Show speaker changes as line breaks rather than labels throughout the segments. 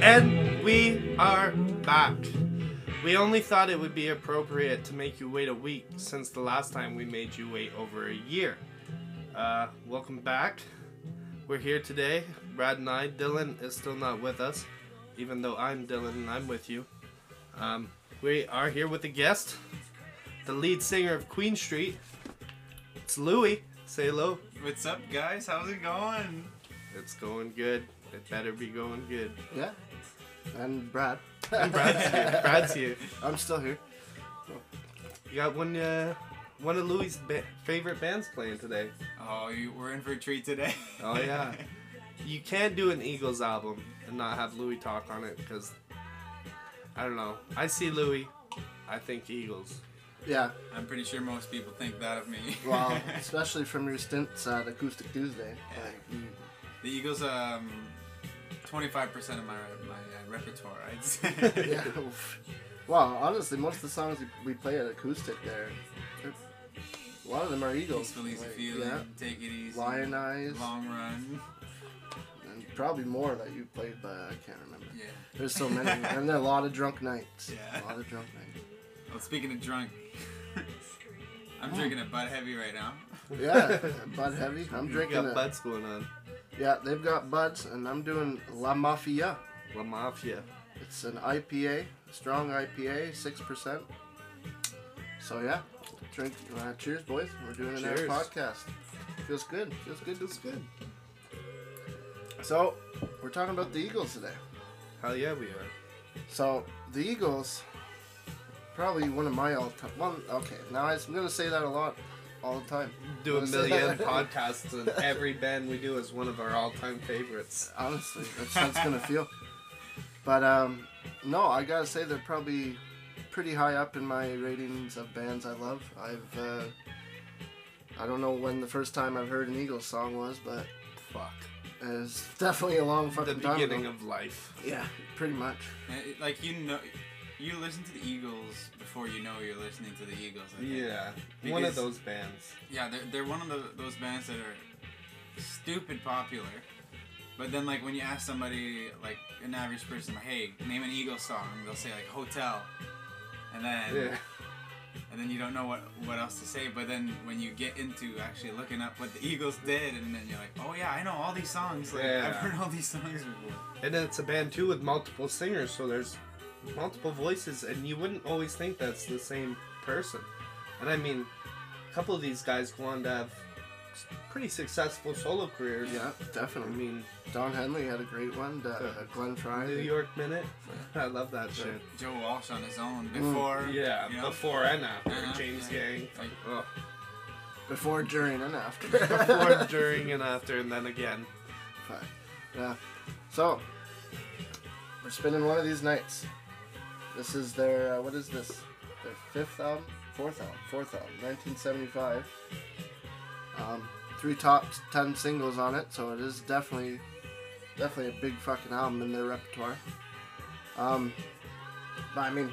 And we are back. We only thought it would be appropriate to make you wait a week since the last time we made you wait over a year. Uh, welcome back. We're here today. Brad and I. Dylan is still not with us, even though I'm Dylan and I'm with you. Um, we are here with a guest, the lead singer of Queen Street. It's Louie. Say hello.
What's up, guys? How's it going?
It's going good. It better be going good.
Yeah. And Brad.
Brad's here. Brad's here.
I'm still here.
You got one, uh, one of Louis' ba- favorite bands playing today.
Oh, you, we're in for a treat today.
Oh, yeah. You can't do an Eagles album and not have Louis talk on it because I don't know. I see Louis, I think Eagles.
Yeah.
I'm pretty sure most people think that of me.
Well, especially from your stints at Acoustic Tuesday. Like, you,
the Eagles, um, 25% of my my uh, repertoire, I'd say.
yeah. oof. Well, honestly, most of the songs we, we play at Acoustic there, they're- a lot of them are Eagles.
Peaceful, easy
Like,
feeling.
Yeah.
Take it easy.
Lion Eyes.
Long run.
And probably more that you played, but I can't remember.
Yeah.
There's so many. and there are a lot of drunk nights.
Yeah.
A lot of drunk nights.
Well, speaking of drunk, I'm drinking a Bud Heavy right now.
Yeah. Bud Heavy. I'm
You
drinking
got
a-
butts going on.
Yeah, they've got Buds, and I'm doing La Mafia.
La Mafia.
It's an IPA, strong IPA, six percent. So yeah, drink. Uh, cheers, boys. We're doing another
Cheers.
podcast. Feels good. Feels good.
It's good.
So we're talking about the Eagles today.
Hell yeah, we are.
So the Eagles, probably one of my all-time. Well, okay, now I'm gonna say that a lot, all the time.
Do a
Honestly.
million podcasts, and every band we do is one of our all time favorites.
Honestly, that's how it's gonna feel. But um, no, I gotta say they're probably pretty high up in my ratings of bands I love. I've uh, I don't know when the first time I've heard an Eagles song was, but
Fuck.
it's definitely a long
The
fucking time ago.
beginning of life.
yeah, pretty much.
And it- Like, you know, you listen to the Eagles before you know you're listening to the Eagles. I think.
Yeah. One of
Because-
those bands.
Yeah, they're, they're one of the, those bands that are stupid popular. But then, like, when you ask somebody, like, an average person, hey, name an Eagles song, they'll say, like, Hotel. And then,
Yeah.
and then you don't know what, what else to say. But then, when you get into actually looking up what the Eagles did, and then you're like, oh, yeah, I know all these songs. Like,
Yeah.
I've heard all these songs before.
And it's a band too with multiple singers, so there's multiple voices, and you wouldn't always think that's the same person. And I mean, a couple of these guys go on to have s- pretty successful solo careers.
Yeah,
I
definitely.
mean,
Don Henley had a great one. Uh, Glenn Fry.
New York Minute. I love that shit.
Joe Walsh on his own before.
Mm, Yeah,
you know?
before and after
Uh-huh,
James
yeah.
Gang.
Like,
Oh,
Before, during, and after.
before, during, and after, and then again.
Fuck. Yeah. So, we're spending one of these nights. This is their, uh, what is this? Their fifth album? Fourth album. Fourth album. 1975. Um, three top ten singles on it, so it is definitely, definitely a big fucking album in their repertoire. Um, but I mean,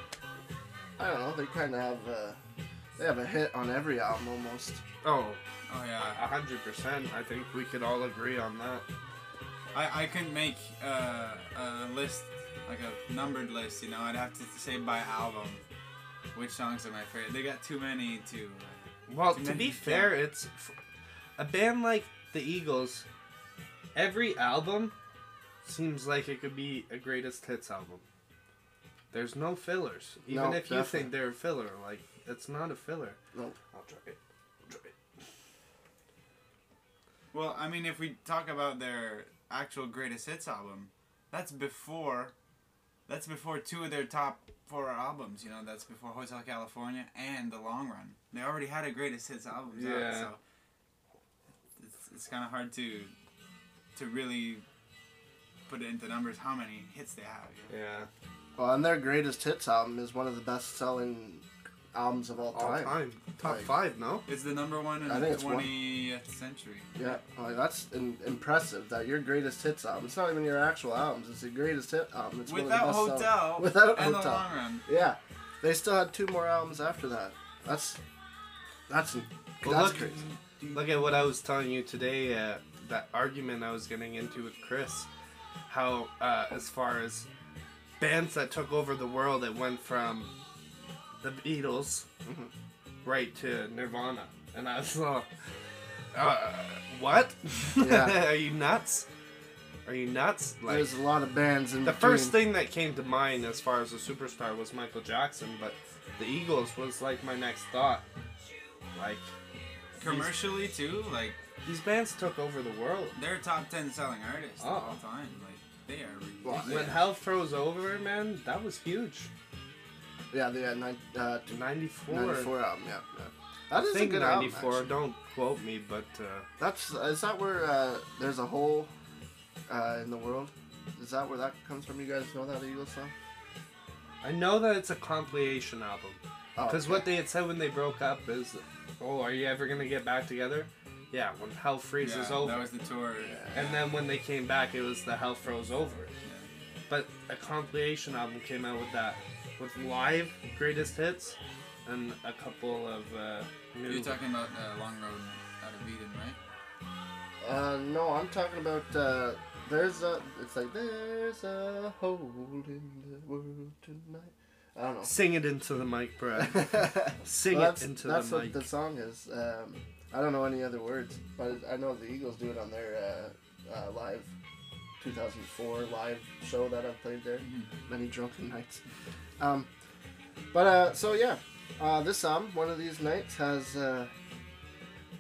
I don't know, they kind of have, uh, they have a hit on every album almost.
Oh,
Oh, yeah.
a hundred percent. I think we could all agree on that.
I, I couldn't make uh, a list, like a numbered list, you know. I'd have to say by album which songs are my favorite. They got too many to. uh, Like,
Well,
Too
to
many
be
to
fair, it's f- a band like the Eagles. Every album seems like it could be a greatest hits album. There's no fillers, even
No,
if you think
definitely.
they're a filler. Like it's not a filler.
Nope.
I'll try it. I'll try it.
well, I mean, if we talk about their actual greatest hits album, that's before, that's before two of their top four albums. You know, that's before Hotel California and The Long Run. They already had a greatest hits album. Out,
Yeah.
so it's, it's kind of hard to to really put it into numbers how many hits they have. You know?
Yeah,
Well, and their greatest hits album is one of the best selling albums of all
all
time.
time, top
Like-
five, no?
It's the number one in
I
the
think it's one.
20th century.
Yeah, like that's in- impressive that your greatest hits album, it's not even your actual albums, it's your greatest hit album. It's one of the
Without
best sell-
Hotel
Without
and the
Hotel.
long run.
Yeah, they still had two more albums after that. That's that's
Well,
that's
look-
crazy.
Look at what I was telling you today. Uh, that argument I was getting into with Chris, how uh, as far as bands that took over the world that went from the Beatles mm-hmm, right to Nirvana. And I was all, uh, what?
Yeah.
Are you nuts? Are you nuts? Like
There's a lot of bands in
the
between.
first thing that came to mind as far as a superstar was Michael Jackson, but the Eagles was like my next thought. Like
Commercially too, like
these bands took over the world.
they're top ten selling artists
Oh.
of all time. Like they are ridiculous.
When hell froze over, man, that was huge.
Yeah, they had nine, uh,
Ninety four.
94 album. Yeah, yeah. That is
I
a
think
good
ninety
album.
four.
actually.
Don't quote me, but uh,
That's is that where uh, there's a hole uh, in the world? Is that where that comes from? You guys know that Eagles song?
I know that it's a compilation album.
Oh,
Because
okay.
what they had said when they broke up is, "Oh, are you ever gonna get back together?" Yeah, when hell freezes
yeah,
over.
that was the tour.
And then when they came back, it was the hell froze over. But a compilation album came out with that, with live greatest hits, and a couple of uh, new.
You're talking about uh, Long Road out of Eden, right?
Uh, no, I'm talking about uh, there's a. It's like there's a hole in the world tonight. I don't know.
Sing it into the mic, bro. Sing
Well,
it
that's
into
that's
the
what
mic.
the song is. Um, I don't know any other words, but I know the Eagles do it on their uh, uh, live 2004 live show that I've played there many drunken nights. Um, but uh, so yeah, uh, this album, one of these nights, has uh,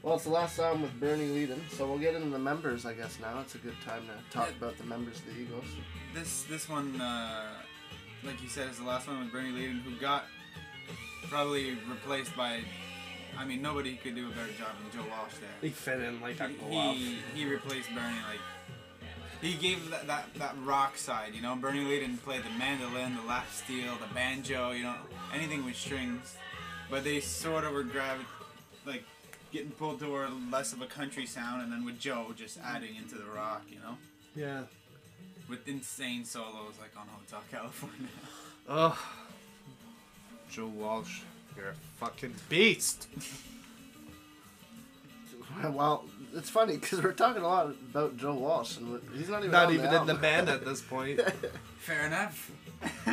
well, it's the last album with Bernie leading, so we'll get into the members, I guess. Now it's a good time to talk
Yeah.
about the members of the Eagles.
This this one, uh, like you said, is the last one with Bernie Leadon, who got probably replaced by. I mean, nobody could do a better job than Joe Walsh there.
He fit in like a glove.
he, he replaced Bernie like he gave that, that, that rock side, you know. Bernie Lee didn't play the mandolin, the lap steel, the banjo, you know, anything with strings. But they sort of were gravi- like getting pulled toward less of a country sound, and then with Joe just adding into the rock, you know,
Yeah.
with insane solos like on Hotel California.
Ugh. Joe Walsh, you're a fucking beast.
Well, it's funny because we're talking a lot about Joe Walsh, and we're- he's not even
Not
on
even in the
album.
band at this point. Uh,
Fair enough.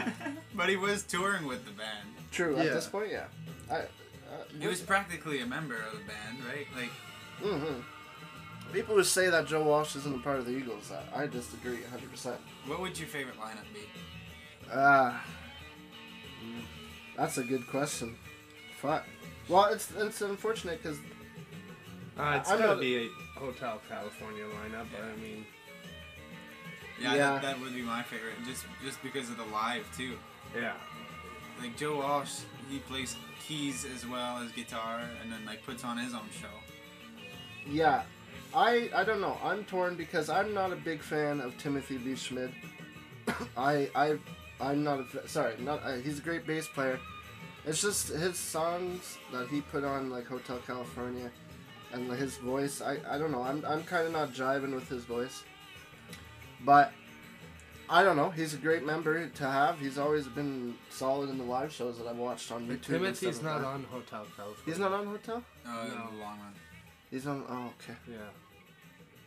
but he was touring with the band.
True.
Yeah.
At this point, yeah. I, uh,
He was practically a member of the band, right? Like.
mhm. People who say that Joe Walsh isn't a part of the Eagles, I, I disagree 100. percent
What would your favorite lineup be?
Ah, mm, that's a good question. Fuck. Well, it's it's unfortunate because
Uh, it's
I'm
gonna
not-
be a Hotel California lineup. but I mean,
Yeah,
Yeah.
That, that would be my favorite, just just because of the live too.
yeah,
Like Joe Walsh, he plays keys as well as guitar, and then like puts on his own show.
yeah, I I don't know. I'm torn because I'm not a big fan of Timothy B. Schmidt. I I I'm not a fa- sorry. Not uh, he's a great bass player. It's just his songs that he put on like Hotel California, and his voice. I I don't know. I'm I'm kind of not jiving with his voice. But I don't know. He's a great member to have. He's always been solid in the live shows that I've watched on YouTube. and
Timothy's
stuff like
not
that.
on Hotel California.
He's not on Hotel.
Oh, in
No.
the long run.
He's on. Oh, okay.
Yeah.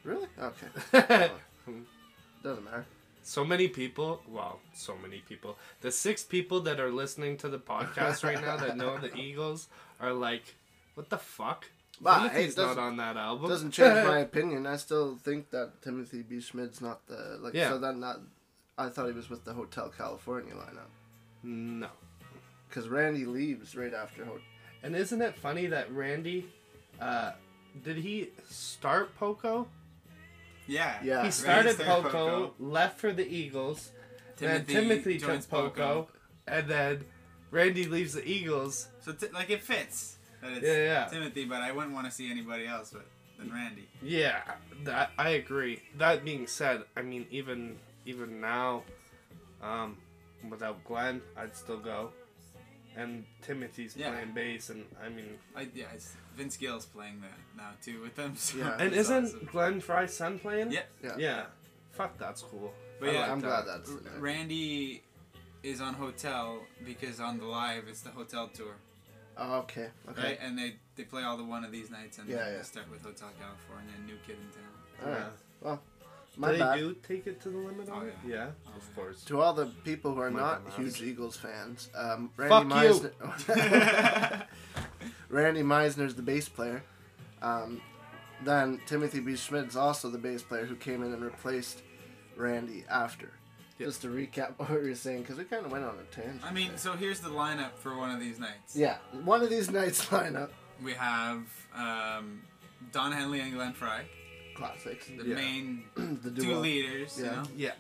Really? Okay. Doesn't matter.
so many people. Well, so many people. The six people that are listening to the podcast right now that know the Eagles are like, what the fuck?
Wow, hey,
Timothy's
it
not
doesn't-
on that album.
Doesn't change my opinion. I still think that Timothy B. Schmidt's not the like.
Yeah.
So that not. I thought he was with the Hotel California lineup
No.
because Randy leaves right after. Ho-
And isn't it funny that Randy, uh, did he start Poco?
Yeah.
Yeah.
He
Randy
started
started
Poco,
Poco.
left for the Eagles, then
Timothy
Timothy
joins
took Poco, and then Randy leaves the Eagles.
So t- like it fits that it's
Yeah, yeah.
Timothy, but I wouldn't want to see anybody else but than Randy.
Yeah, that I agree. That being said, I mean even even now, um, without Glenn, I'd still go. And Timothy's
Yeah.
playing bass, and I mean,
I, yeah, it's Vince Gill's playing that now too with them. So
Yeah.
and
it's
isn't
awesome.
Glenn Fry's son playing?
yeah?
yeah.
yeah. Fuck, that's cool.
But yeah,
like
I'm
that.
glad that's. in there.
Randy is on Hotel because on the live it's the Hotel tour.
Oh, okay. Okay.
Right, and they they play all the one of these nights, and
Yeah,
they
yeah.
start with Hotel California and New Kid in Town.
All right.
Yeah.
Well, My
they
bad.
do take it to the limit on
Oh,
it? Yeah,
Oh,
of
yeah.
course.
To all the people who are
My
not
dumbass.
huge Eagles fans, um, Randy
Fuck
Meisner. Randy Meisner's the bass player. Um, then Timothy B. Schmidt's also the bass player who came in and replaced Randy after.
Yep.
Just to recap what we were saying, because we kind of went on a tangent.
I mean, so here's the lineup for one of these nights.
yeah, one of these nights lineup
We have um, Don Henley and Glenn Fry,
classics.
the
Yeah.
main
the
two
duo.
leaders. You
Yeah.
know?
Yeah.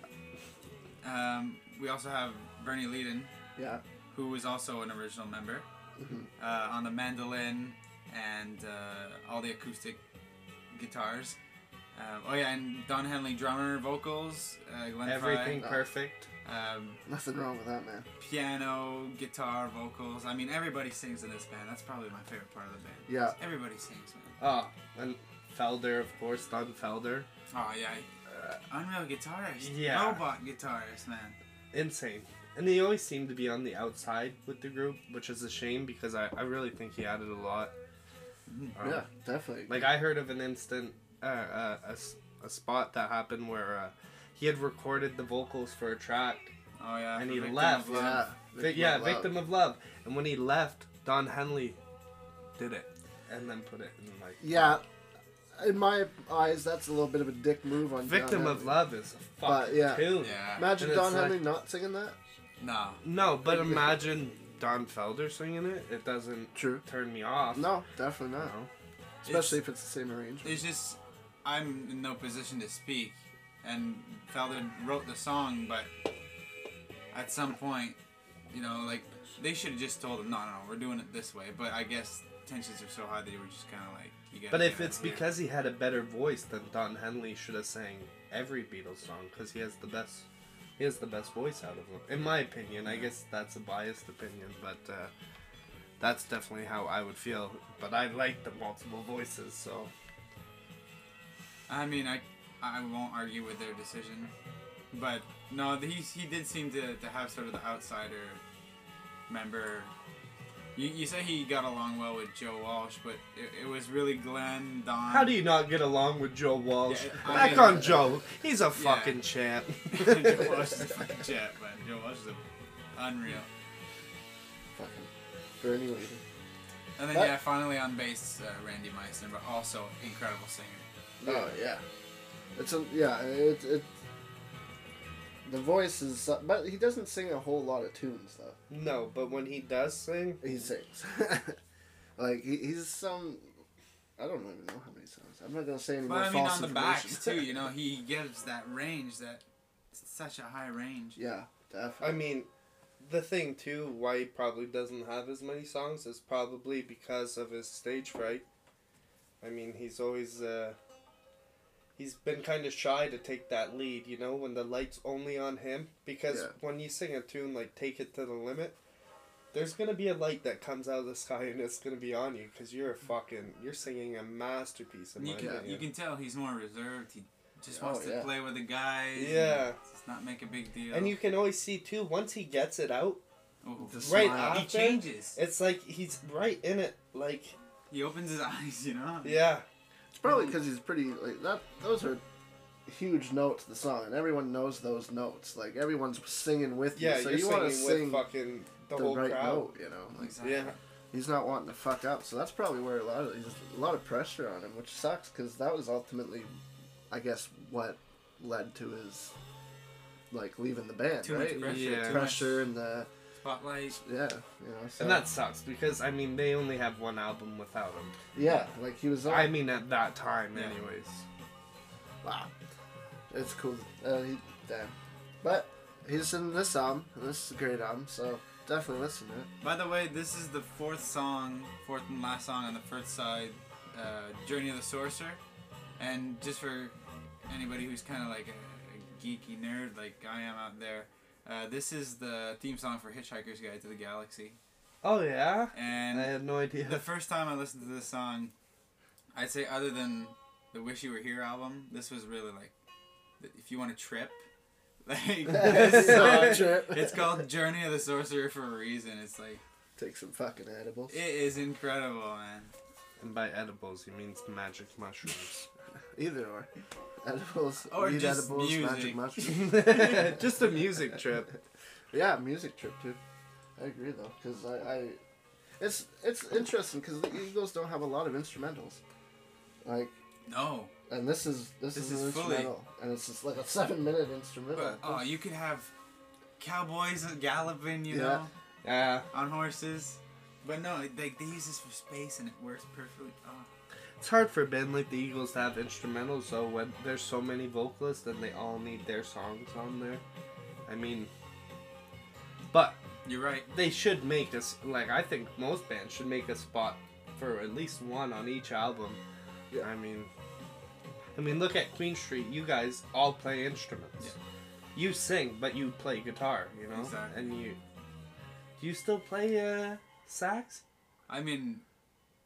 Um, we also have Bernie Leadon,
Yeah,
who was also an original member,
Mhm.
uh, on the mandolin and uh, all the acoustic guitars. Uh, oh yeah, and Don Henley drummer, vocals, uh, Glenn
Everything
Fry.
perfect.
Fry, um,
nothing wrong with that, man.
piano, guitar, vocals. I mean, everybody sings in this band. That's probably my favorite part of the band.
Yeah.
Everybody sings, man.
Oh, and Felder, of course, Don Felder.
Oh yeah, unreal guitarist,
yeah.
robot guitarist, man.
Insane. And he always seemed to be on the outside with the group, which is a shame because I, I really think he added a lot.
Mhm.
Um,
yeah, definitely.
Like I heard of an instant, uh, uh, a, s- a spot that happened where uh, he had recorded the vocals for a track,
Oh yeah,
And
for
he
Victim
left.
of
yeah,
Love.
Vi- yeah, victim of love. And when he left, Don Henley did it, and then put it in like
Yeah, in my eyes, that's a little bit of a dick move on. John
victim of
Henley.
love is a
But,
fucking
yeah.
tune.
Yeah.
Imagine
And
Don
it's like-
Henley not singing that.
No.
No, but imagine Don Felder singing it. It doesn't
True.
turn me off.
No, definitely
You
not.
know?
Especially if it's the same arrangement.
It's just I'm in no position to speak, and Felder wrote the song, but at some point, you know, like they should have just told him, no, no, no, we're doing it this way. But I guess tensions are so high that they were just kind of like, you got.
But if it's because he had a better voice, then Don Henley should have sang every Beatles song because he has the best. He has the best voice out of them, in my opinion. I guess that's a biased opinion, but uh, that's definitely how I would feel. But I like the multiple voices, so
I mean, I I won't argue with their decision, but no, he he did seem to, to have sort of the outsider member. You, you say he got along well with Joe Walsh, but it, it was really Glenn Don.
How do you not get along with Joe Walsh?
Yeah, I
Back
mean-
on Joe. He's a
Yeah.
fucking champ.
Joe Walsh is a fucking jet, man. Joe Walsh is a, unreal.
Fucking Bernie Lee.
And then
But-
yeah, finally on bass, uh, Randy Meisner, but also incredible singer.
Oh yeah, it's a yeah. It it the voice is, su- but he doesn't sing a whole lot of tunes though.
no, but when he does sing,
He sings like he, he's some. I don't even know how many songs. I'm not gonna say any
But
more
I mean
false
on the
information.
backs too, you know, he gives that range that such a high range.
yeah, definitely.
I mean, the thing too, why he probably doesn't have as many songs is probably because of his stage fright. I mean, he's always uh, he's been kind of shy to take that lead, you know, when the lights only on him. Because
Yeah.
when you sing a tune like "Take It to the Limit," there's gonna be a light that comes out of the sky and it's gonna be on you because you're a fucking you're singing a masterpiece. In
And you
my
can
opinion.
you can tell he's more reserved. He just
Oh,
wants to
yeah.
play with the guys. and
Yeah.
just not make a big deal.
And you can always see too once he gets it out,
Oh,
The
he
right
smile.
after
changes.
it's like he's right in it. Like
He opens his eyes, you know.
yeah,
it's probably because he's pretty like that. Those are huge notes in the song, and everyone knows those notes. Like everyone's singing with you,
yeah.
so
you're
you
singing
want to
with
sing
fucking the,
the,
whole
right
crowd.
note. You know, like
Exactly.
Yeah.
he's not wanting to fuck up. So that's probably where a lot of there's a lot of pressure on him, which sucks because that was ultimately, I guess, what led to his like leaving the band,
Too
right?
much pressure.
Yeah.
Too
Pressure
much
and the
spotlight.
yeah, you know. So,
And that sucks because I mean they only have one album without him.
yeah, like he was. On,
I mean at that time,
Yeah.
anyways.
wow, it's cool. Uh, he, damn, but he's in this album. And this is a great album, so definitely listen to it.
By the way, this is the fourth song, fourth and last song on the first side, uh, Journey of the Sorcerer. And just for anybody who's kind of like a, a geeky nerd like I am out there, uh, this is the theme song for Hitchhiker's Guide to the Galaxy.
Oh yeah.
And
I had no idea.
the first time I listened to this song, I'd say other than the Wish You Were Here album, this was really like, th- if you want to trip, like this
So
song-
trip.
it's called Journey of the Sorcerer for a reason. It's like
Take some fucking edibles.
it is incredible, man.
And by edibles, he means magic mushrooms.
Either or. Edibles,
Or
weed
just
edibles, magic
music.
mushrooms.
Just a music trip.
yeah, music trip, dude. I agree though, because I, I, it's it's interesting because the Eagles don't have a lot of instrumentals, like,
No.
and this is this,
This
is, an
is fully-
instrumental, and it's just like a seven minute instrumental.
But oh, you could have cowboys galloping, you
Yeah.
know,
Yeah.
on horses. But no, they, they use this for space and it works perfectly. Oh.
It's hard for a band like the Eagles to have instrumentals though when there's so many vocalists and they all need their songs on there. I mean But
You're right.
they should make us like I think most bands should make a spot for at least one on each album.
Yeah.
I mean I mean look at Queen Street, you guys all play instruments.
Yeah.
You sing but you play guitar, you know?
Exactly.
And you Do you still play uh sax?
I mean,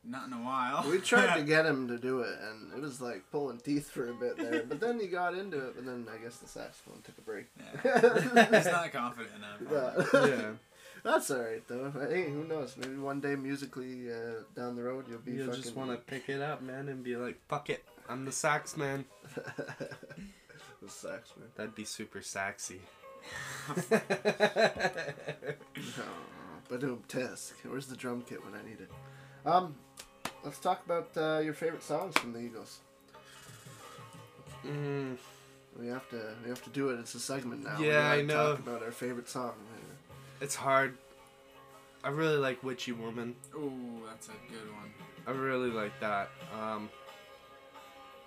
not in a while.
we tried to get him to do it, and it was like pulling teeth for a bit there. But then he got into it, but then I guess the saxophone took a break.
Yeah. He's not confident enough.
Yeah.
That's alright though. Hey, who knows? Maybe one day musically uh, down the road you'll be.
You
fucking...
just want to pick it up, man, and be like, fuck it, I'm the sax man.
the sax man.
That'd be super sexy.
But Badoom Tisk. Where's the drum kit when I need it? Um, let's talk about uh, your favorite songs from the Eagles.
mm,
We have to we have to do it. It's a segment now. We
Yeah, I
gotta
know.
Talk about our favorite song.
it's hard. I really like Witchy Woman.
Ooh, that's a good one.
I really like that. Um,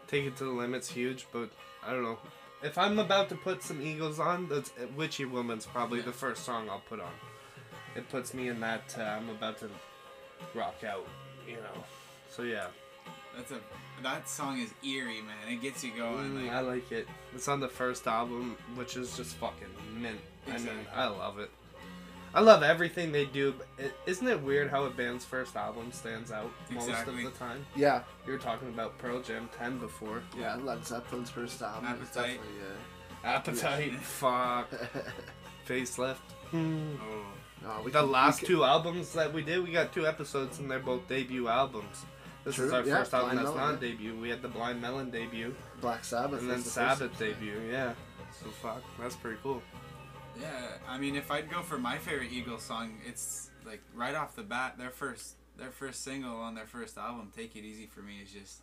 Take It to the Limit's huge, but I don't know. If I'm about to put some Eagles on, that's uh, Witchy Woman's probably the first song I'll put on. It puts me in that uh, I'm about to rock out, you know. So yeah,
That's a that song is eerie, man. It gets you going.
Mm, I
like,
like it. It's on the first album, which is just fucking mint. I mean,
Exactly.
I love it. I love everything they do. But it, isn't it weird how a band's first album stands out most
Exactly.
of the time?
Yeah,
You were talking about Pearl Jam 10 before.
yeah. Led Zeppelin's first album is
Appetite.
definitely.
Appetite, fuck, facelift. Mm.
oh,
Uh, no, we
The
can- we
last
can-
two albums that we did, we got two episodes, and they're both debut albums. This
True,
is our
yeah,
first album
Blind
that's
Melon,
not debut. We had the Blind Melon debut,
Black Sabbath.
and
was
then
the first-
Sabbath debut. Yeah, so fuck, that's pretty cool.
yeah. I mean, if I'd go for my favorite Eagles song, it's like right off the bat, their first their first single on their first album, "Take It Easy" for me is just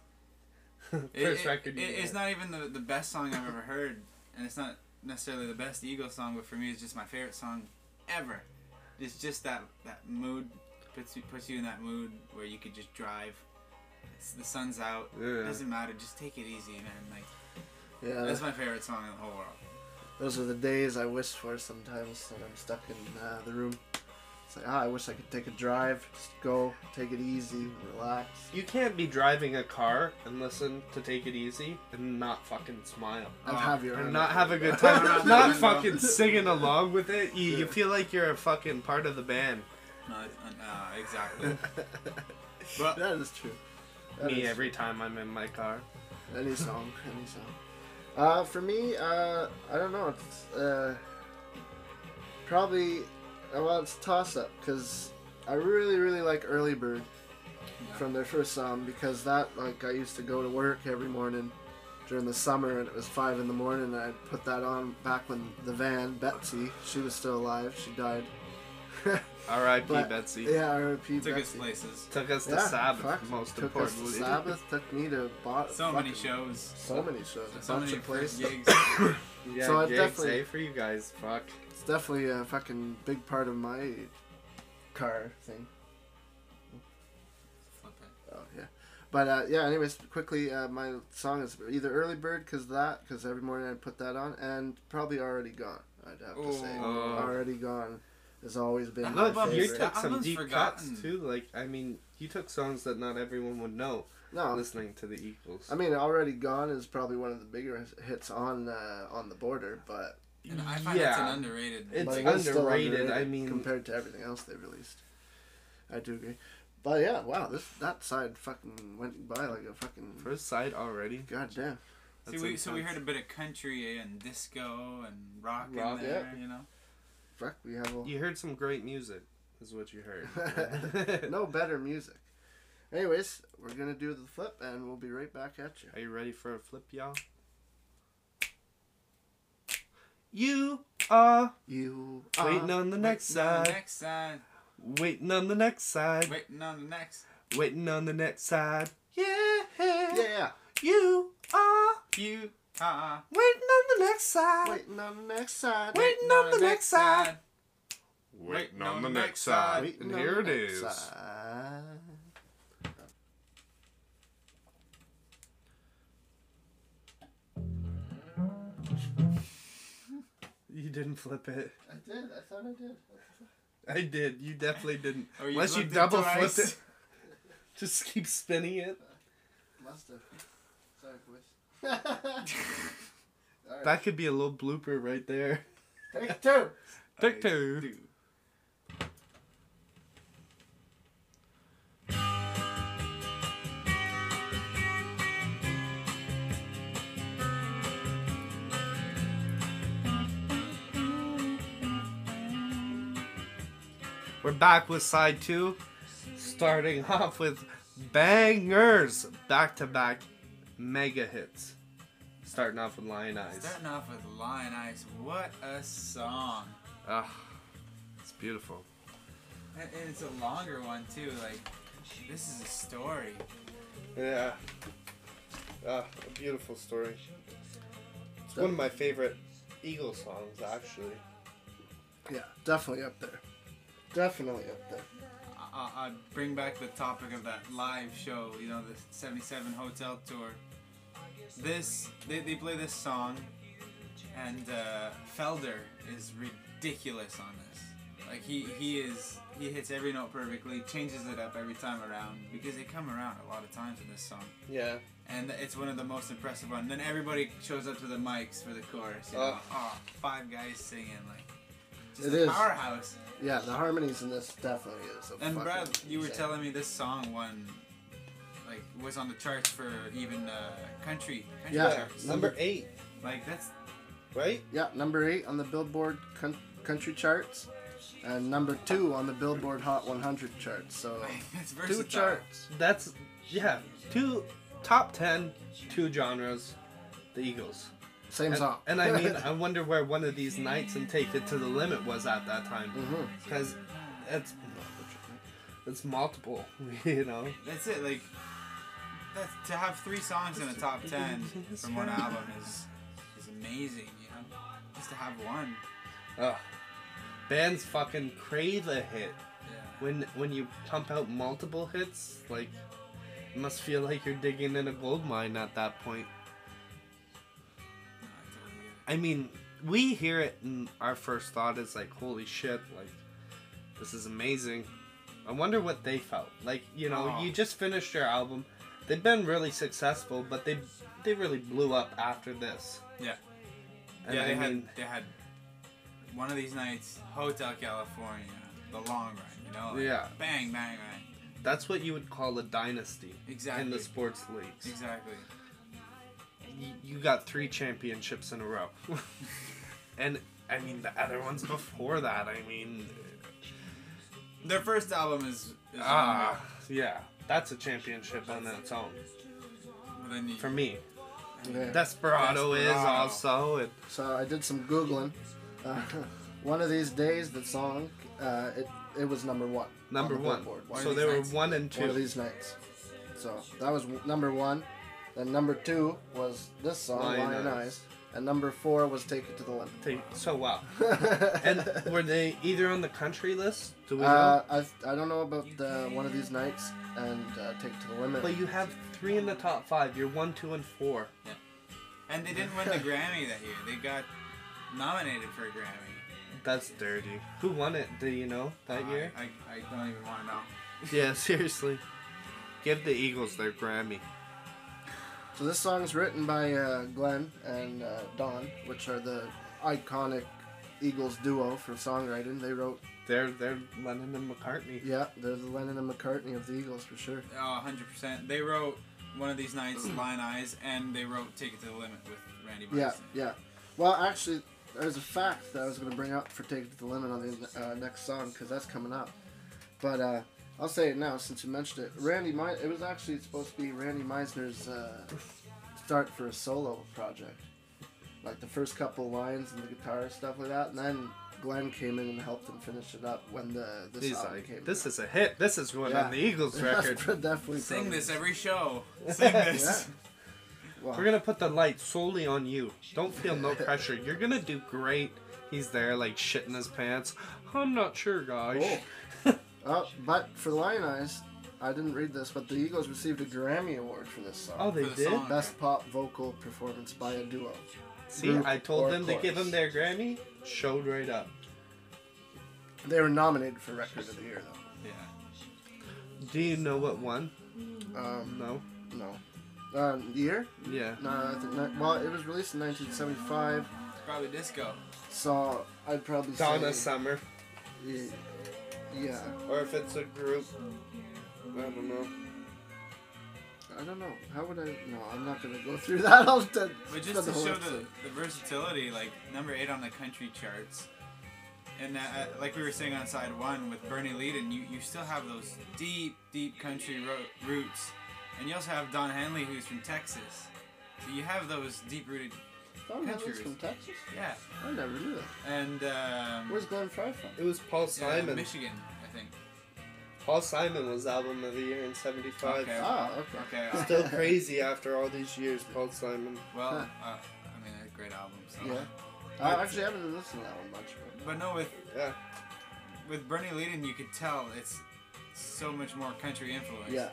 first
it- it-
record. you
it-
get.
it's not even the the best song I've ever heard, and it's not necessarily the best Eagles song, but for me, it's just my favorite song ever. It's just that that mood puts you puts you in that mood where you could just drive. It's, the sun's out.
Yeah.
Doesn't matter. Just take it easy, man. Like
Yeah,
that's my favorite song in the whole world.
Those are the days I wish for sometimes when I'm stuck in uh, the room. It's like, ah, I wish I could take a drive, just go, take it easy, relax.
You can't be driving a car and listen to Take It Easy and not fucking smile.
And
Oh,
have your
And
own-
not have a good time.
Not-
not
not-
fucking singing along with it. You, you
Yeah.
feel like you're a fucking part of the band.
No, it's- uh, exactly. But
That is true. That
Me
is-
every time I'm in my car.
Any song, any song. Uh, for me, uh, I don't know. It's uh, probably uh, well, it's a toss up because I really, really like Early Bird
Yeah.
from their first album because that like I used to go to work every morning during the summer and it was five in the morning and I'd put that on back when the van Betsy she was still alive she died.
R.I.P.
But-
Betsy.
Yeah, R.I.P.
took us
Betsy.
places.
Took us to
Yeah,
Sabbath,
fuck,
most
took us
importantly.
to Sabbath took me to bo-
So many
fucking-
shows.
So many shows. a
So
bunch
many
of places.
first gigs.
Yeah,
So I
Jake,
definitely-
say for you guys, fuck.
It's definitely a fucking big part of my car thing.
Flip it.
Oh yeah, but uh, yeah. Anyways, quickly, uh, my song is either Early Bird because that because every morning I'd put that on, and probably Already Gone. I'd have to say
Uh,
Oh.
Already Gone has always been
No,
my
How
but you
favorite.
took
That
some
album's
deep
forgotten.
cuts too. Like, I mean, you took songs that not everyone would know.
No,
Listening to the Eagles.
I mean Already Gone is probably one of the bigger hits on uh, on the border, but
And I find it's an underrated.
It's
but still
underrated, I mean-
compared to everything else they released, I do agree. But yeah, wow, this that side fucking went by like a fucking
First sight already.
God damn.
See,
That's
we, so we
intense.
heard a bit of country and disco and rock,
Rock,
in there, you know.
Fuck, we have all...
You heard some great music, is what you heard.
no better music. Anyways, we're gonna do the flip, and we'll be right back at you.
Are you ready for a flip, y'all? You are
You
waiting
are-
on the next
Waiting on the
side.
Next side.
Waiting on the next side.
Waiting on the next.
Waiting on the next side. Yeah.
Yeah,
You are
You are
waiting on the next side.
waiting on the next side.
Wait. Waiting on the next side.
Waiting on the next side.
Waiting on the next side.
You didn't flip it.
I did. I thought I did.
I did. You definitely didn't.
Or Oh, you
Unless you
flipped it
double
twice.
flipped it. Just keep spinning it.
Must have. Sorry, boys. All right.
That could be a little blooper right there.
Take two.
Take
I
two.
do.
We're back with side two, starting off with bangers, back to back mega hits. Starting off with Lion Eyes.
Starting off with Lion Ice. What a song.
Ah, it's beautiful.
And and it's a longer one too. Like this is a story.
Yeah. Ah, a beautiful story. It's one of my favorite Eagle songs, actually.
Yeah, definitely up there. Definitely up there.
I, I, I bring back the topic of that live show. You know, the '77 Hotel Tour. This they, they play this song, and uh, Felder is ridiculous on this. Like he he is he hits every note perfectly, changes it up every time around because they come around a lot of times in this song.
Yeah.
and it's one of the most impressive ones. Then everybody shows up to the mics for the chorus. You know?
Ugh.
oh, five guys singing like just
Uh. It
a
is.
powerhouse.
Yeah, the harmonies in this definitely is. A
And
fucking
Brad, you were
jam.
telling me this song won, like, was on the charts for even uh, country, country
Yeah.
charts.
Number eight,
Like that's
right?
Yeah, number eight on the Billboard con- country charts, and number two on the Billboard Hot 100 charts. So
like, that's versatile.
two charts.
That's yeah. Two top ten, two genres, the Eagles.
Same
And,
song.
and I mean, I wonder where one of these nights and take it to the limit was at that time,
Mhm.
because it's it's multiple, you know.
That's it. Like that's to have three songs in the top ten from one album is is amazing. You know, just to have one.
Ugh. Bands fucking crave a hit
Yeah.
when when you pump out multiple hits. Like, it must feel like you're digging in a gold mine at that point.
No, I totally get it.
I mean, we hear it, and our first thought is like, "Holy shit! Like, this is amazing." I wonder what they felt. Like, you know,
Oh.
you just finished your album. They've been really successful, but they they really blew up after this.
Yeah.
And
yeah,
I
they
mean,
had they had one of these nights, Hotel California, the long run, you know? like,
Yeah.
Bang, bang, bang.
that's what you would call a dynasty in
Exactly.
the sports leagues.
Exactly.
Y- You got three championships in a row, and I mean the other ones before that. I mean,
Their first album is, is
ah, yeah, that's a championship on its own
unreal, but then you,
for me.
Yeah.
Desperado, is
Desperado.
also. And
So I did some googling. Uh, one of these days, the song uh, it it was number one. on
number
the
one.
Billboard.
One
So
of
there
these
were
nights.
one and
one of
two.
these nights. So that was w- number one. Then number two was this song,
Lion
Lion,
Eyes.
Eyes. And number four was Take It to the Uh, Limit.
Take- So wow. And were they either on the country list? Do we know?
uh, I, I don't know about uh, One of These Nights and uh, Take It to the Limit.
but you have three in the top five. You're one, two, and four.
and they didn't win the Grammy that year. They got nominated for a Grammy.
That's dirty. Who won it? Do you know
Uh,
that year?
I, I, I don't even want to know.
Yeah, seriously. Give the Eagles their Grammy.
So this song's written by uh, Glenn and uh, Don, which are the iconic Eagles duo for songwriting. They wrote,
They're they're Lennon and McCartney.
yeah, they're the Lennon and McCartney of the Eagles for sure.
Oh, 100%. They wrote one of these nights, Lion Eyes, and they wrote Take It to the Limit with Randy Martin.
Yeah, yeah. Well, actually, there's a fact that I was going to bring up for Take It to the Limit on the uh, next song because that's coming up. But uh, I'll say it now since you mentioned it. Randy, Me- it was actually supposed to be Randy Meisner's uh, start for a solo project, like the first couple lines and the guitar stuff like that, and then Glenn came in and helped him finish it up when the this
He's
album
like,
came.
this is a hit. This is one
Yeah.
on the Eagles record.
That's definitely
Sing
probably-
this every show. Sing this.
Yeah. Well,
We're gonna put the light solely on you. Don't feel no pressure. You're gonna do great. He's there, like shitting his pants. I'm not sure, guys.
Oh. oh, but for Lion Eyes, I didn't read this, but the Eagles received a Grammy Award for this song.
Oh, they
For the
did.
song.
Best pop vocal performance by a duo.
See,
Group
I told
or
them to give
chorus.
them their Grammy. Showed right up.
They were nominated for Record of the Year, though.
Yeah.
Do you know what one?
Um,
No.
no. Um, year?
Yeah.
No, I think not. Well, it was released in 1975,
Probably disco.
so I'd probably
Donna
say.
Summer,
Ye- Yeah.
or if it's a group. I don't know.
I don't know. How would I. No, I'm not going to go through that. I'll spend spend
But just to
whole
show
episode.
the, the versatility, like number eight on the country charts, and that, uh, like we were saying on side one with Bernie Leadon, you, you still have those deep, deep country ro- roots, and you also have Don Henley, who's from Texas. So you have those deep-rooted,
Don Henley's
pictures.
Oh, from Texas?
yeah.
I never knew that.
And um,
Where's Glenn Fry from?
It was Paul
yeah,
Simon.
Michigan, I think.
Paul Simon was album of the year in '75.
Okay.
Ah, okay.
Okay. uh,
Still crazy after all these years, Paul Simon.
well, uh, I mean, a great album. So.
Yeah. I actually haven't listened to that one much. But
But no, with
Yeah.
with Bernie Leadon, you could tell it's so much more country influence.
yeah.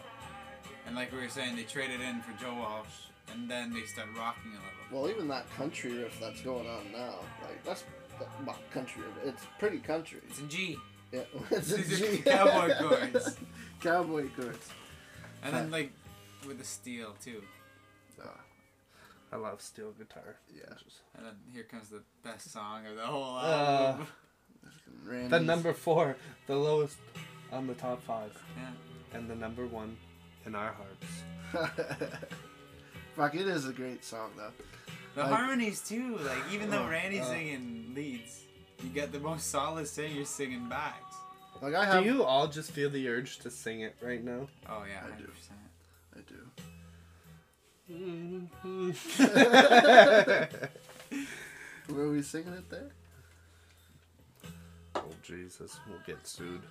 And like we were saying, they traded in for Joe Walsh, and then they start rocking a little.
Well, even that country riff that's going on now, like that's that, well, country riff. It's pretty country.
It's in G.
Yeah, it's a
These are
G-
cowboy chords.
cowboy chords.
And then like with the steel too.
I love steel guitar.
Yeah.
And then here comes the best song of the whole
Uh,
album.
Randy's-
The number four, the lowest on the top five,
yeah.
and the number one in our hearts.
Fuck, it is a great song though.
The
Like-
harmonies too. Like even though
Oh,
Randy's
oh.
singing leads, you got the most solid singer singing backs.
Like I
Do
have.
you all just feel the urge to sing it right now?
Oh yeah,
I do.
hundred percent.
I do. Were we singing it there?
oh Jesus, we'll get sued.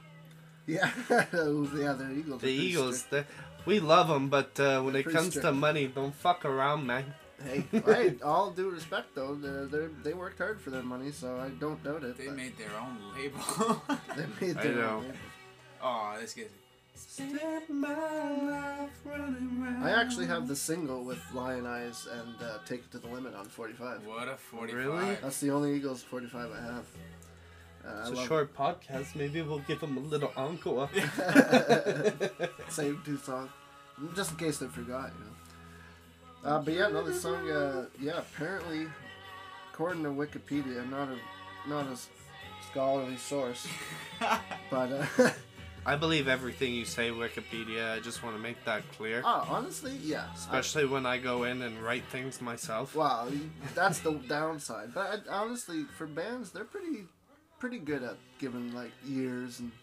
Yeah. Ooh, yeah, the Eagles. are
The
pretty
Eagles, the, we love them, but uh, when it
Pretty
comes to
strict.
money, don't fuck around, man.
Hey, hey, all due respect though, they're, they're, they worked hard for their money, so I don't doubt it.
They
but
made their own label.
they made
I
their
know.
money.
oh, this gets.
I actually have the single with Lion Eyes and uh, Take It to the Limit on 45.
What a forty-five.
Really?
That's the only Eagles 45 I have. Uh, I
It's a
love
short podcast. Maybe we'll give them a little encore.
Same two songs, just in case they forgot, you know. Uh, but yeah, another song. Uh, yeah, apparently, according to Wikipedia, not a not a s- scholarly source, but uh,
I believe everything you say, Wikipedia. I just want to make that clear.
oh, honestly, yeah. I-
Especially when I go in and write things myself.
Wow, you- that's the downside. But I, honestly, for bands, they're pretty pretty good at giving like years and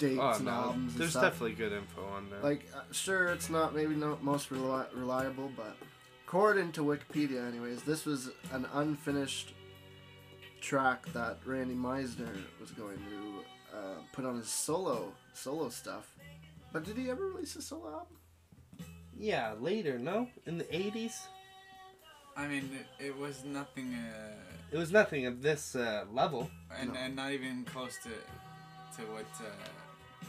dates
Oh,
and
no.
albums.
There's
and stuff.
definitely good info on there.
like uh, sure it's not maybe not most reli- reliable, but according to Wikipedia, anyways, this was an unfinished track that Randy Meisner was going to uh, put on his solo solo stuff. But did he ever release a solo album?
yeah, later, no? In the 80s?
I mean, it, it was nothing. Uh,
It was nothing of this uh, level.
and,
No.
and not even close to to what uh,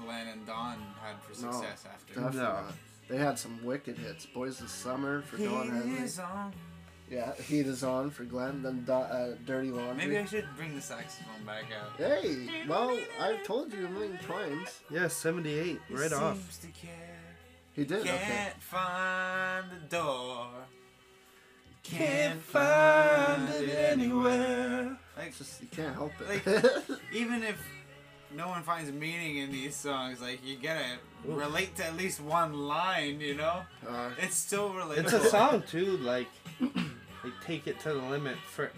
Glenn and Don had for
No,
success after.
Definitely
No.
not. They had some wicked hits. Boys of Summer for Don Henley.
on.
Yeah, Heat is on for Glenn, then do- uh, Dirty Laundry.
Maybe I should bring the saxophone back out.
Hey, well, I've told you a million times.
Yeah, 78,
He
right off.
seems to care,
He did, okay.
Can't find the door.
Can't find it anywhere.
Like,
It's just, you can't help it.
Like- even if no one finds meaning in these songs, like you gotta
Ooh.
relate to at least one line, you know?
uh,
It's still relatable.
It's a song, too, like, like, take it to the limit for.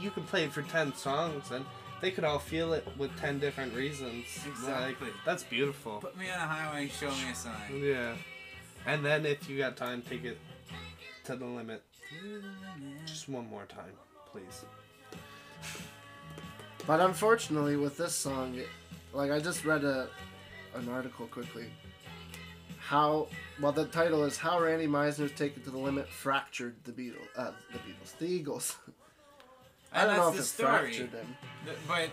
You can play it for 10 songs, and they could all feel it with ten different reasons. Like,
Exactly.
that's beautiful.
Put me on a highway, show me a sign.
Yeah. And then if you got time, take it to the limit. Just one more time, please.
But unfortunately, with this song, it- like I just read a an article quickly. How well the title is "How Randy Meisner's Taken to the Limit Fractured the Beatles." Uh, the Beatles, the Eagles. I
And
don't know if
Ah, that's
it
the story.
fractured them.
Th- But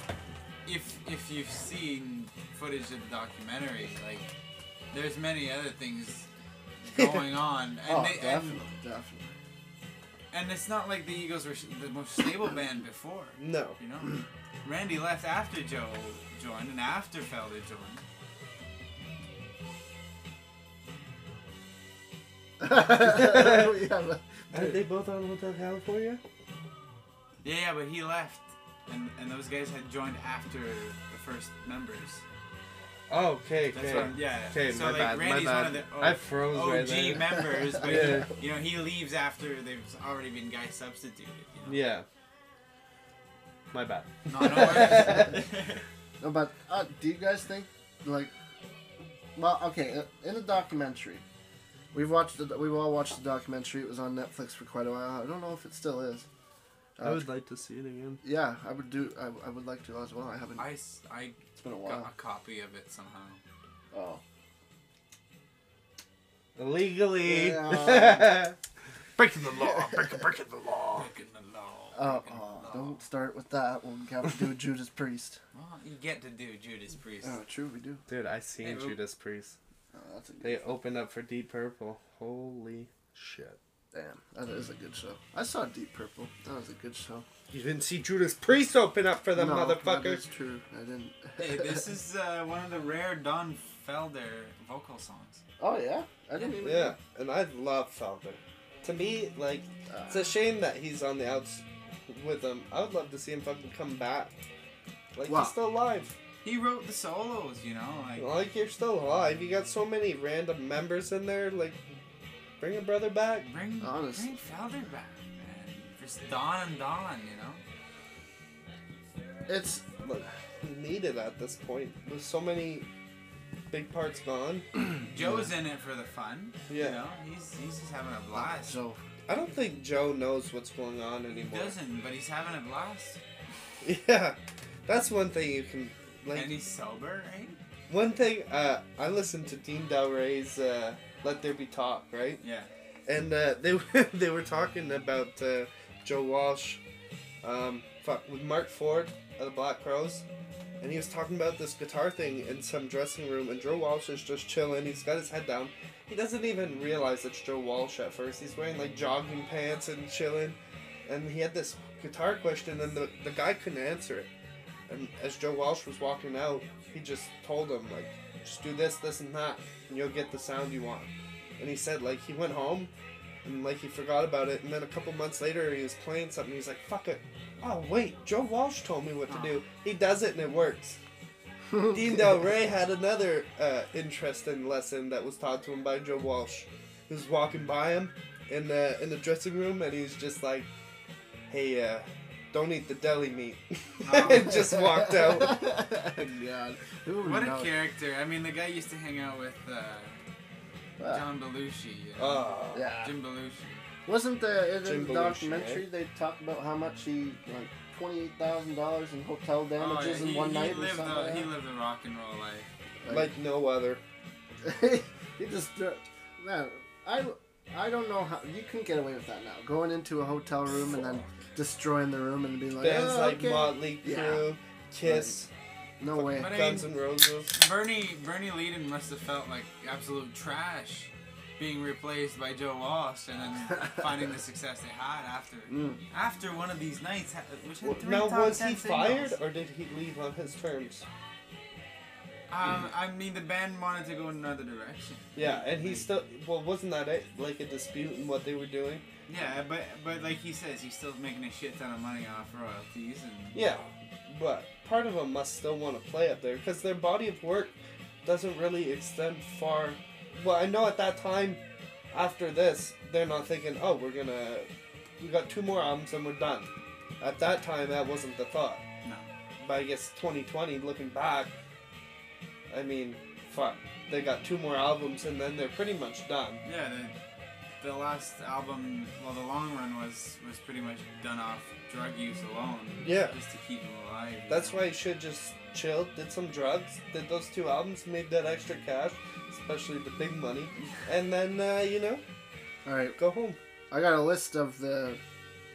if if you've seen footage of the documentary, like there's many other things going on, and,
Oh,
they, and
definitely, definitely.
and it's not like the Eagles were s- the most stable band before.
No.
You know, Randy left after Joe joined and after Felder joined.
We have a-
Aren't they both on Hotel California?
Yeah, yeah, but he left, and and those guys had joined after the first members.
Oh, okay,
That's
okay.
what I'm, yeah.
Okay,
so
my
like
bad, my
Randy's one
bad.
of the
I froze right
OG
there.
members, but
Yeah.
he, you know he leaves after they've already been guy substituted. You know?
Yeah. My bad.
No, no worries.
No, but uh, do you guys think like, well, okay, uh, in the documentary, we've watched the, we've all watched the documentary. It was on Netflix for quite a while. I don't know if it still is. Uh,
I would like to see it again.
Yeah, I would do. I, I would like to as well. I haven't.
I, s- I
it's been a
got
while.
a copy of it somehow.
Oh,
Illegally.
Yeah.
breaking the law. Breaking, breaking the law.
Breaking the law.
oh,
breaking the
oh,
law.
don't start with that. We'll have to do a Judas Priest.
Well, you get to do Judas Priest.
Oh, true, we do.
Dude, I seen
Hey, oop.
Judas Priest.
Oh, that's a good.
They opened up for Deep Purple. Holy shit.
Damn, that is a good show. I saw Deep Purple. That was a good show.
You didn't see Judas Priest open up for them
No, That
motherfuckers.
is true. I didn't.
Hey, this is uh, one of the rare Don Felder vocal songs.
oh yeah, I didn't even.
Yeah, and I love Falcon. To me, like, it's a shame that he's on the outs with them. I would love to see him fucking come back. Like,
Wow.
he's still alive.
He wrote the solos, you know, like
Like, you're still alive. You got so many random members in there. Like, bring a brother back.
bring
Honest.
bring Felder back, man. Just Don and Don, you know.
It's
Like, we need it at this point. With so many big parts gone.
Joe's in it for the fun.
Yeah.
You know, he's he's just having a blast.
so
I don't think Joe knows what's going on
He
anymore.
doesn't, but he's having a blast.
Yeah, that's one thing you can like.
and he's sober, right?
One thing, uh, I listened to Dean Del Rey's uh, "Let There Be Talk," right?
Yeah.
And uh, they were- they were talking about uh, Joe Walsh, um, fuck, with Mark Ford of the Black Crows, and he was talking about this guitar thing in some dressing room, and Joe Walsh is just chilling. He's got his head down. He doesn't even realize it's Joe Walsh at first. He's wearing like jogging pants and chilling, and he had this guitar question, and the the guy couldn't answer it. And as Joe Walsh was walking out, he just told him like, just do this, this, and that, and you'll get the sound you want. And he said like he went home, and like he forgot about it. And then a couple months later, he was playing something. He's like, fuck it. Oh wait, Joe Walsh told me what to do. He does it and it works. Dean Del Rey had another uh, interesting lesson that was taught to him by Joe Walsh. He was walking by him in the in the dressing room, and he was just like, "Hey, uh, don't eat the deli meat,"
Oh.
and just walked out.
God, who would
What
know?
a character. I mean, the guy used to hang out with uh,
Ah.
John Belushi. You know?
Oh,
Yeah.
Jim Belushi.
Wasn't the in
Jim
the
Belushi,
documentary they talked about how much he like twenty eight thousand dollars in hotel
Oh, yeah,
damages
he,
in one
he
night or
lived
something?
a,
like
he
that?
lived a rock and roll life.
like no other.
Like, he just uh, man, I I don't know how you can get away with that now. Going into a hotel room and then destroying the room and being like,
Bands
"Oh,
like
okay."
Motley Crue,
Yeah.
Kiss,
no way.
But I
Guns
mean-
N' Roses.
Bernie Bernie Leadon must have felt like absolute trash being replaced by Joe Walsh and then finding the success they had after
Mm.
after one of these nights, ha- which had three
Now
top
was
10
he
singles.
fired or did he leave on his terms?
Um, I mean, the band wanted to go in another direction.
Yeah, and he still well wasn't that it like a dispute in what they were doing?
Yeah, but but like he says, he's still making a shit ton of money off royalties and
Yeah, but part of them must still want to play up there because their body of work doesn't really extend far. Well, I know at that time, after this, they're not thinking, oh, we're gonna, we got two more albums and we're done. At that time, that wasn't the thought.
no.
but I guess 2020, looking back, I mean, fuck. They got two more albums and then they're pretty much done.
Yeah, the, the last album, well, the long run was was pretty much done off drug use alone.
Yeah.
Just to keep them alive. you
That's
know?
why you should just chill, did some drugs, did those two albums, made that extra cash, especially the big money, and then, uh, you know,
All right,
go home.
I got a list of the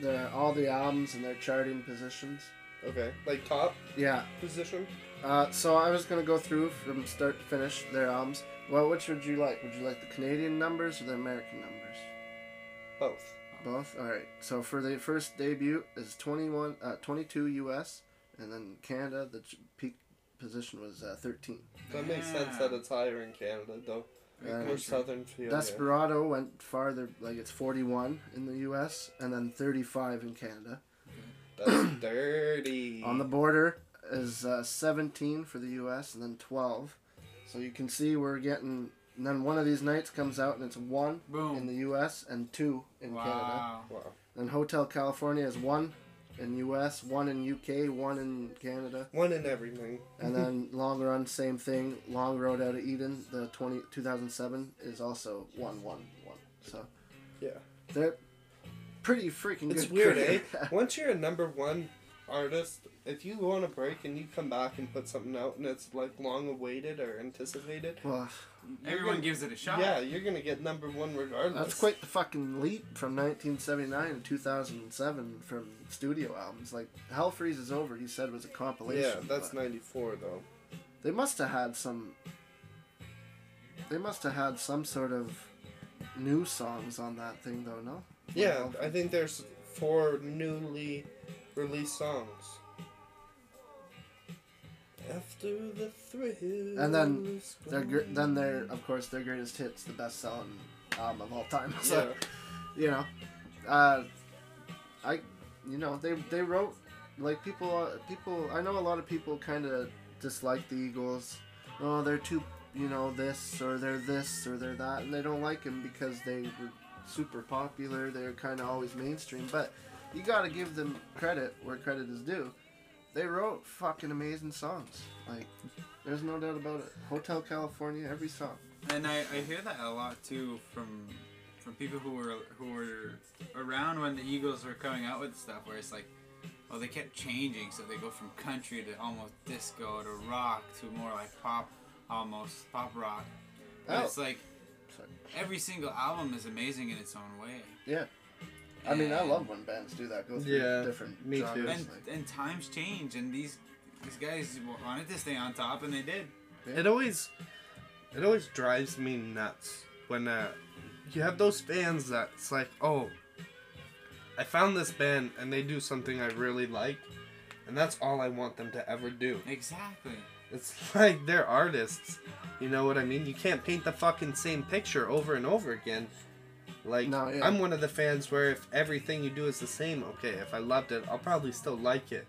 the all the albums and their charting positions.
Okay. Like top
Yeah.
position?
Uh, so I was gonna go through from start to finish their albums. Well, which would you like? Would you like the Canadian numbers or the American numbers?
Both.
Both. All right. So for the first debut is 21, uh, 22 U.S. and then Canada. The ch- peak position was uh, 13.
That makes sense that it's higher in Canada, though.
Uh,
More southern feel. yeah.
Desperado went farther, like it's 41 in the U.S. and then 35 in Canada.
That's dirty.
On the border is uh, 17 for the U.S. and then 12. So you can see we're getting. And then one of these nights comes out and it's one
Boom.
in the U.S. and two in Canada.
wow.
Wow.
Then Hotel California is one in U.S., one in U.K., one in Canada.
One in everything.
And then long run, same thing. Long Road Out of Eden, the 20, 2007, is also 1 1 1. So
Yeah.
they're pretty freaking
It's
good.
weird, eh?
critic.
Once you're a number one artist, if you go on a break and you come back and put something out and it's like long awaited or anticipated,
well,
Everyone
gonna-
gives it a shot.
yeah, you're gonna get number one regardless.
that's quite the fucking leap from 1979 to 2007 from studio albums. Like, Hell Freezes Over, he said, was a compilation.
Yeah, that's
but
'94 though.
They must have had some. They must have had some sort of new songs on that thing, though, no?
Yeah, I think there's four newly released songs. After the thrill.
And then Their gr- then their of course their greatest hits, the best selling album of all time. So you know, uh, I you know they they wrote like people uh, people I know a lot of people kind of dislike the Eagles. Oh, they're too you know this or they're this or they're that, and they don't like them because they were super popular. They're kind of always mainstream, but you gotta give them credit where credit is due. They wrote fucking amazing songs. Like, there's no doubt about it. Hotel California, every song.
And I, I hear that a lot too from from people who were who were around when the Eagles were coming out with stuff where it's like well they kept changing so they go from country to almost disco to rock to more like pop almost pop rock. But
Oh.
it's like
Sorry.
every single album is amazing in its own way.
Yeah. I mean, I
And-
love when bands do that. Go through
Yeah,
different
me too.
genres.
and
like-
and times change and these these guys wanted to stay on top and they did.
It always, it always drives me nuts when uh, you have those fans that's like, oh, I found this band and they do something I really like, and that's all I want them to ever do.
Exactly.
It's like they're artists, you know what I mean? You can't paint the fucking same picture over and over again. Like
No, yeah.
I'm one of the fans where if everything you do is the same, okay, if I loved it, I'll probably still like it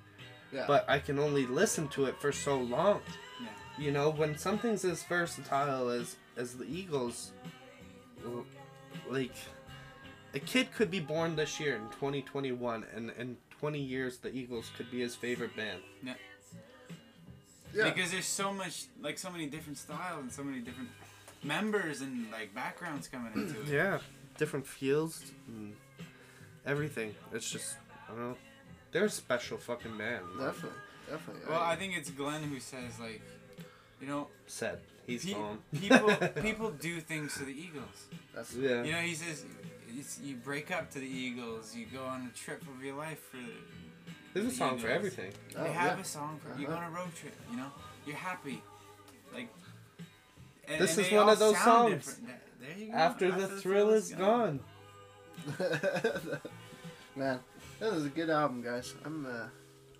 yeah.
but I can only listen to it for so long.
Yeah.
You know, when something's as versatile as as the Eagles, l- like a kid could be born this year in 2021, and in 20 years the Eagles could be his favorite band.
yeah.
Because there's so much, like so many different styles and so many different members and like backgrounds coming into it.
Yeah, different fields, and everything. It's just I don't know. They're a special fucking man.
Definitely. Definitely.
Well, I think it's Glenn who says like, you know,
Said he's
pe-
gone.
people people do things to the Eagles.
That's,
yeah.
You know, he says it's, you break up to the Eagles, you go on a trip of your life for.
There's a
the
song for
Eagles.
everything.
Oh,
they have
yeah. Uh-huh.
a song for you go on a road trip. You know, you're happy, like. And,
This is
they
one
all
of those
sound
songs.
different. There you go.
After, the, thrill is gone.
Man, that was a good album, guys. I'm. Uh,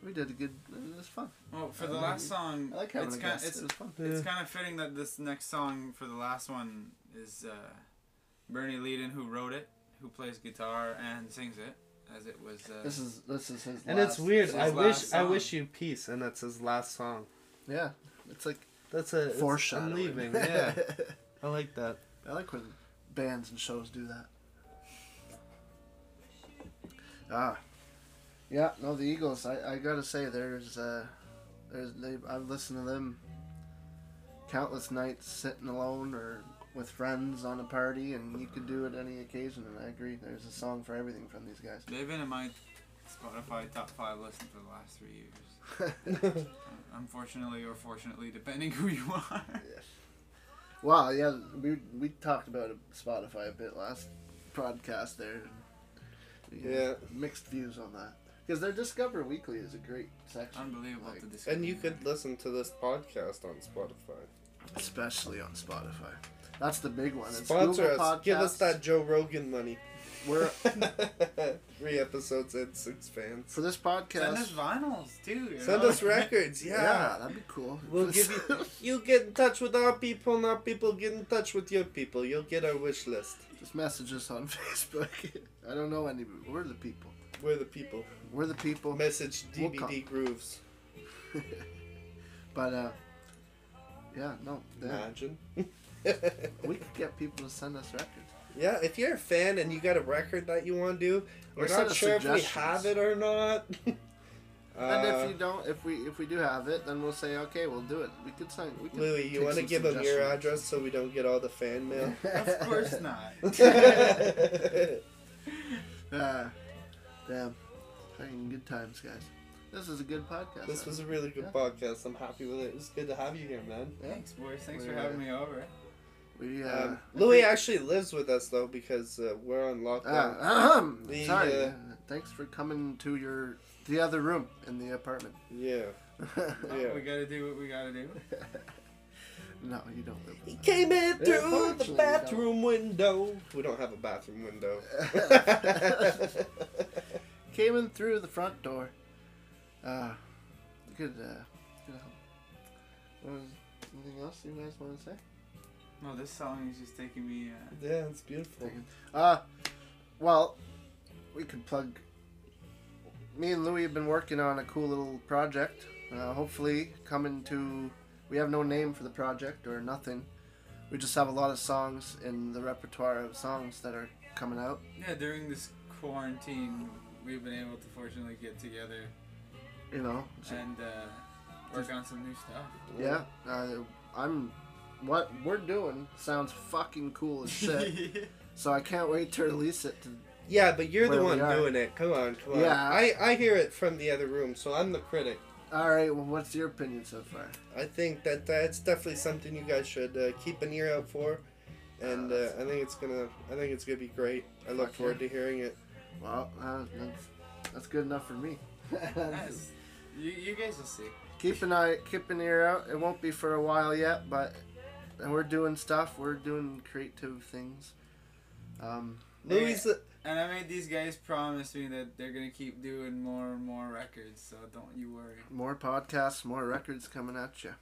we did a good. It was fun.
Well, for
I
the
like
last
it.
song,
I like having
it's
a
kind
guest.
it's
it was fun.
It's kind of fitting that this next song for the last one is uh, Bernie Leadon, who wrote it, who plays guitar and sings it, as it was. Uh,
This is this is his.
And
last-
it's weird.
his
I wish
last
I
song.
wish you peace, and that's his last song.
Yeah, it's like
That's a it's-
foreshadowing.
I'm leaving. Yeah, I like that.
I like when bands and shows do that. Ah. Yeah, no, the Eagles, I, I gotta say, there's uh, There's, they, I've listened to them countless nights sitting alone or with friends on a party, and you could do it any occasion. And I agree, there's a song for everything from these guys.
They've been in my Spotify top five list for the last three years. Unfortunately or fortunately, depending who you are.
Wow, yeah, we we talked about Spotify a bit last podcast there.
Yeah.
mixed views on that because their Discover Weekly is a great section,
Unbelievable
like,
to discover.
And you could listen to this podcast on Spotify.
especially on Spotify. That's the big one. It's
Sponsor us.
Google
Give us
Podcasts.
that Joe Rogan money.
We're
Three episodes and six fans.
for this
Send
podcast.
us vinyls too. you
Send
know?
us records,
Yeah.
yeah.
that'd be cool.
We'll give you. You get in touch with our people, and our people get in touch with your people. You'll get our wish list.
just message us on Facebook. I don't know any. We're the people.
We're the people.
We're the people.
Message
We'll
DVD
come.
Grooves.
But uh, yeah, no, yeah.
Imagine.
we could get people to send us records.
yeah, if you're a fan and you got a record that you want to do, we're
Or send
not
us
sure if we
suggestions.
have it or not.
And
Uh,
if you don't, if we if we do have it, then we'll say okay, we'll do it. We could sign. We could
Louis, you
take
want to
some
give him your
suggestions.
address so we don't get all the fan mail?
Of course not.
Ah, damn, fucking good times, guys. This is a good podcast.
This was a really good
Yeah.
podcast. I'm happy with it. It was good to have you here, man.
yeah.
Thanks, boys. Thanks for
We're, uh,
having me over.
We uh,
um, Louis actually lives with us though because uh, we're on
ah,
lockdown.
ahem,
The,
sorry.
uh,
Thanks for coming to your the other room in the apartment.
yeah, yeah.
We gotta do what we gotta do.
no, you don't live.
He
With
came in
Yeah,
through the
unfortunately,
bathroom window. We don't have a bathroom window.
us. Came in through the front door. Uh, good. Uh, good help. What was, anything else you guys want to say?
No, this song is just taking me. Uh,
yeah, it's beautiful.
Uh, well, we could plug. Me and Louie have been working on a cool little project. Uh, hopefully, coming to. We have no name for the project or nothing. We just have a lot of songs in the repertoire of songs that are coming out.
yeah, during this quarantine, we've been able to fortunately get together
You know. so-
and uh, work on some new stuff.
yeah. Uh, I'm. What we're doing sounds fucking cool as shit. so I can't wait to release it. To,
Yeah, but you're the
Where
one
we are.
doing it. Come on, come on.
Yeah.
I I hear it from the other room, so I'm the critic.
all right. Well, what's your opinion so far?
I think that that's definitely something you guys should uh, keep an ear out for, and uh, I think it's gonna I think it's gonna be great. I look
Fuck
forward
yeah.
to hearing it.
Well, uh, that's, that's good enough for me.
Nice. You, you guys will see.
keep an eye, keep an ear out. It won't be for a while yet, but we're doing stuff. We're doing creative things. Um,
Louis,
Yeah. And I made these guys promise me that they're gonna keep doing more and more records, so don't you worry.
more podcasts, more records coming at you.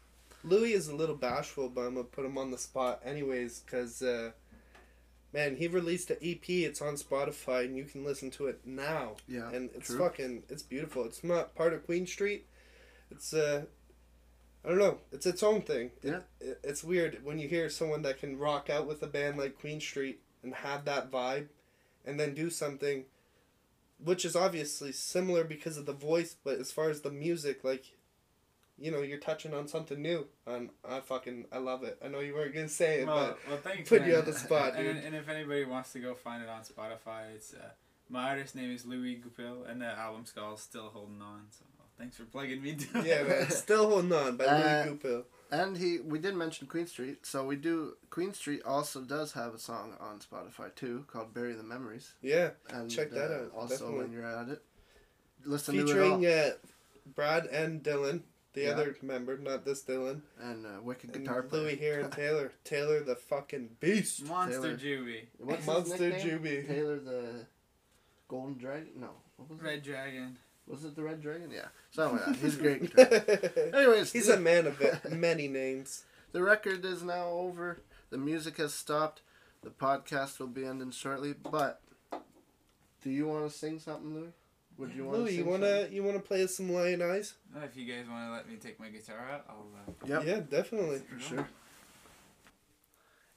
Louis is a little bashful, but I'm gonna put him on the spot anyways, cause uh, man, he released an EP. It's on Spotify, and you can listen to it now.
Yeah,
and it's
true.
fucking it's beautiful. It's not part of Queen Street. It's uh, I don't know. It's its own thing. It-
Yeah.
it- it's weird when you hear someone that can rock out with a band like Queen Street and have that vibe, and then do something, which is obviously similar because of the voice, but as far as the music, like you know, you're touching on something new, and I fucking I love it. I know you weren't gonna say it,
Well, well, thanks.
put you
man.
on the spot,
And,
dude.
and if anybody wants to go find it on Spotify, it's uh, my artist name is Louis Goupil, and the album's called Still Holding On. So thanks for plugging me.
but
Down.
yeah, man, still holding on by
Uh,
Louis Goupil.
And he, we did mention Queen Street, so we do. Queen Street also does have a song on Spotify too called "Bury the Memories."
Yeah,
And
Check that
uh,
out,
Also,
definitely.
when you're at it, listen
featuring
to it
uh, Brad and Dylan, the
Yeah.
other member, not this Dylan,
all. And uh, wicked
and
guitar player.
Louis here and Taylor. Taylor the fucking beast.
Monster
Taylor.
Juvie,
What's his
Monster
nickname?
Juby.
Taylor the Golden Dragon? No, what was it?
Red Dragon.
Was it the Red Dragon? Oh, Yeah. Something like that. He's a great. guitar. Anyways,
He's
the,
a man of it, many names.
the record is now over. The music has stopped. The podcast will be ending shortly. But do you want to sing something, Louis? Would you want to
Louis,
sing
you wanna you wanna play us some Lion Eyes?
Uh, If you guys want to let me take my guitar out, I'll. Uh,
Yep.
Yeah, definitely.
For sure.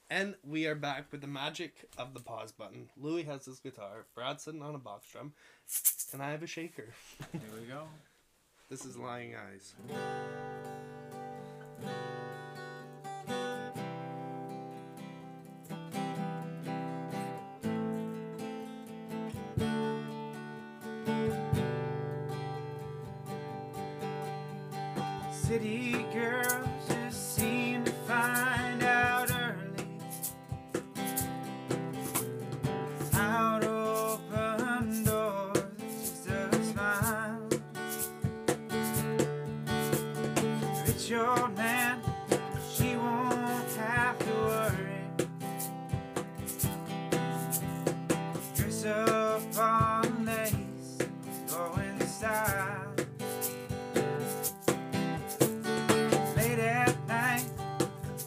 And we are back with the magic of the pause button. Louis has his guitar, Brad's sitting on a box drum, and I have a shaker.
here we go.
This is Lying Eyes.
City girls just seem to find out early how to open doors. It's Just a smile. Rich old man, she won't have to worry. Dress up on lace, go in style. Late at night,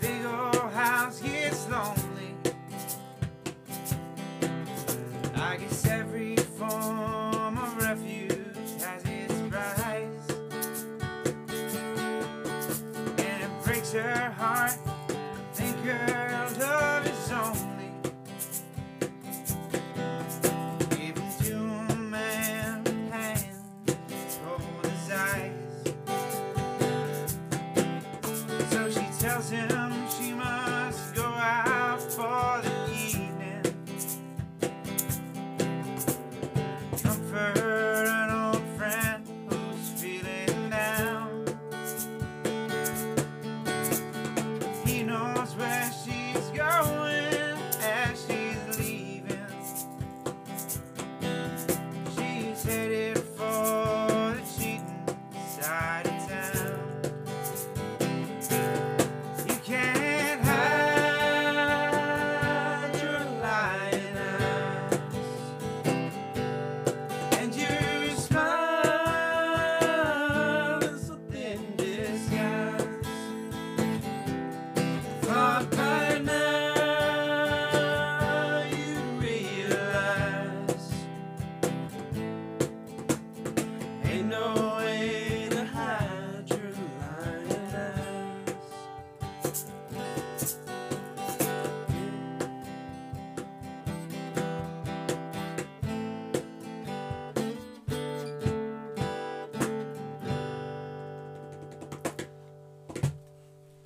big old house gets lonely. I guess every form of refuge has its price. And it breaks her heart. Think her love is only given to a man with hands cold as ice. So she tells him she must go out for the evening. Comfort an old friend who's feeling down. He knows where she's going as she's leaving. She's headed for the cheating side of town. You can't hide your lying eyes, and your smile is a thin disguise. But by now you realize ain't no way to hide your lying eyes.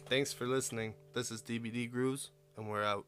Thanks for listening. This is DBD Grooves, and we're out.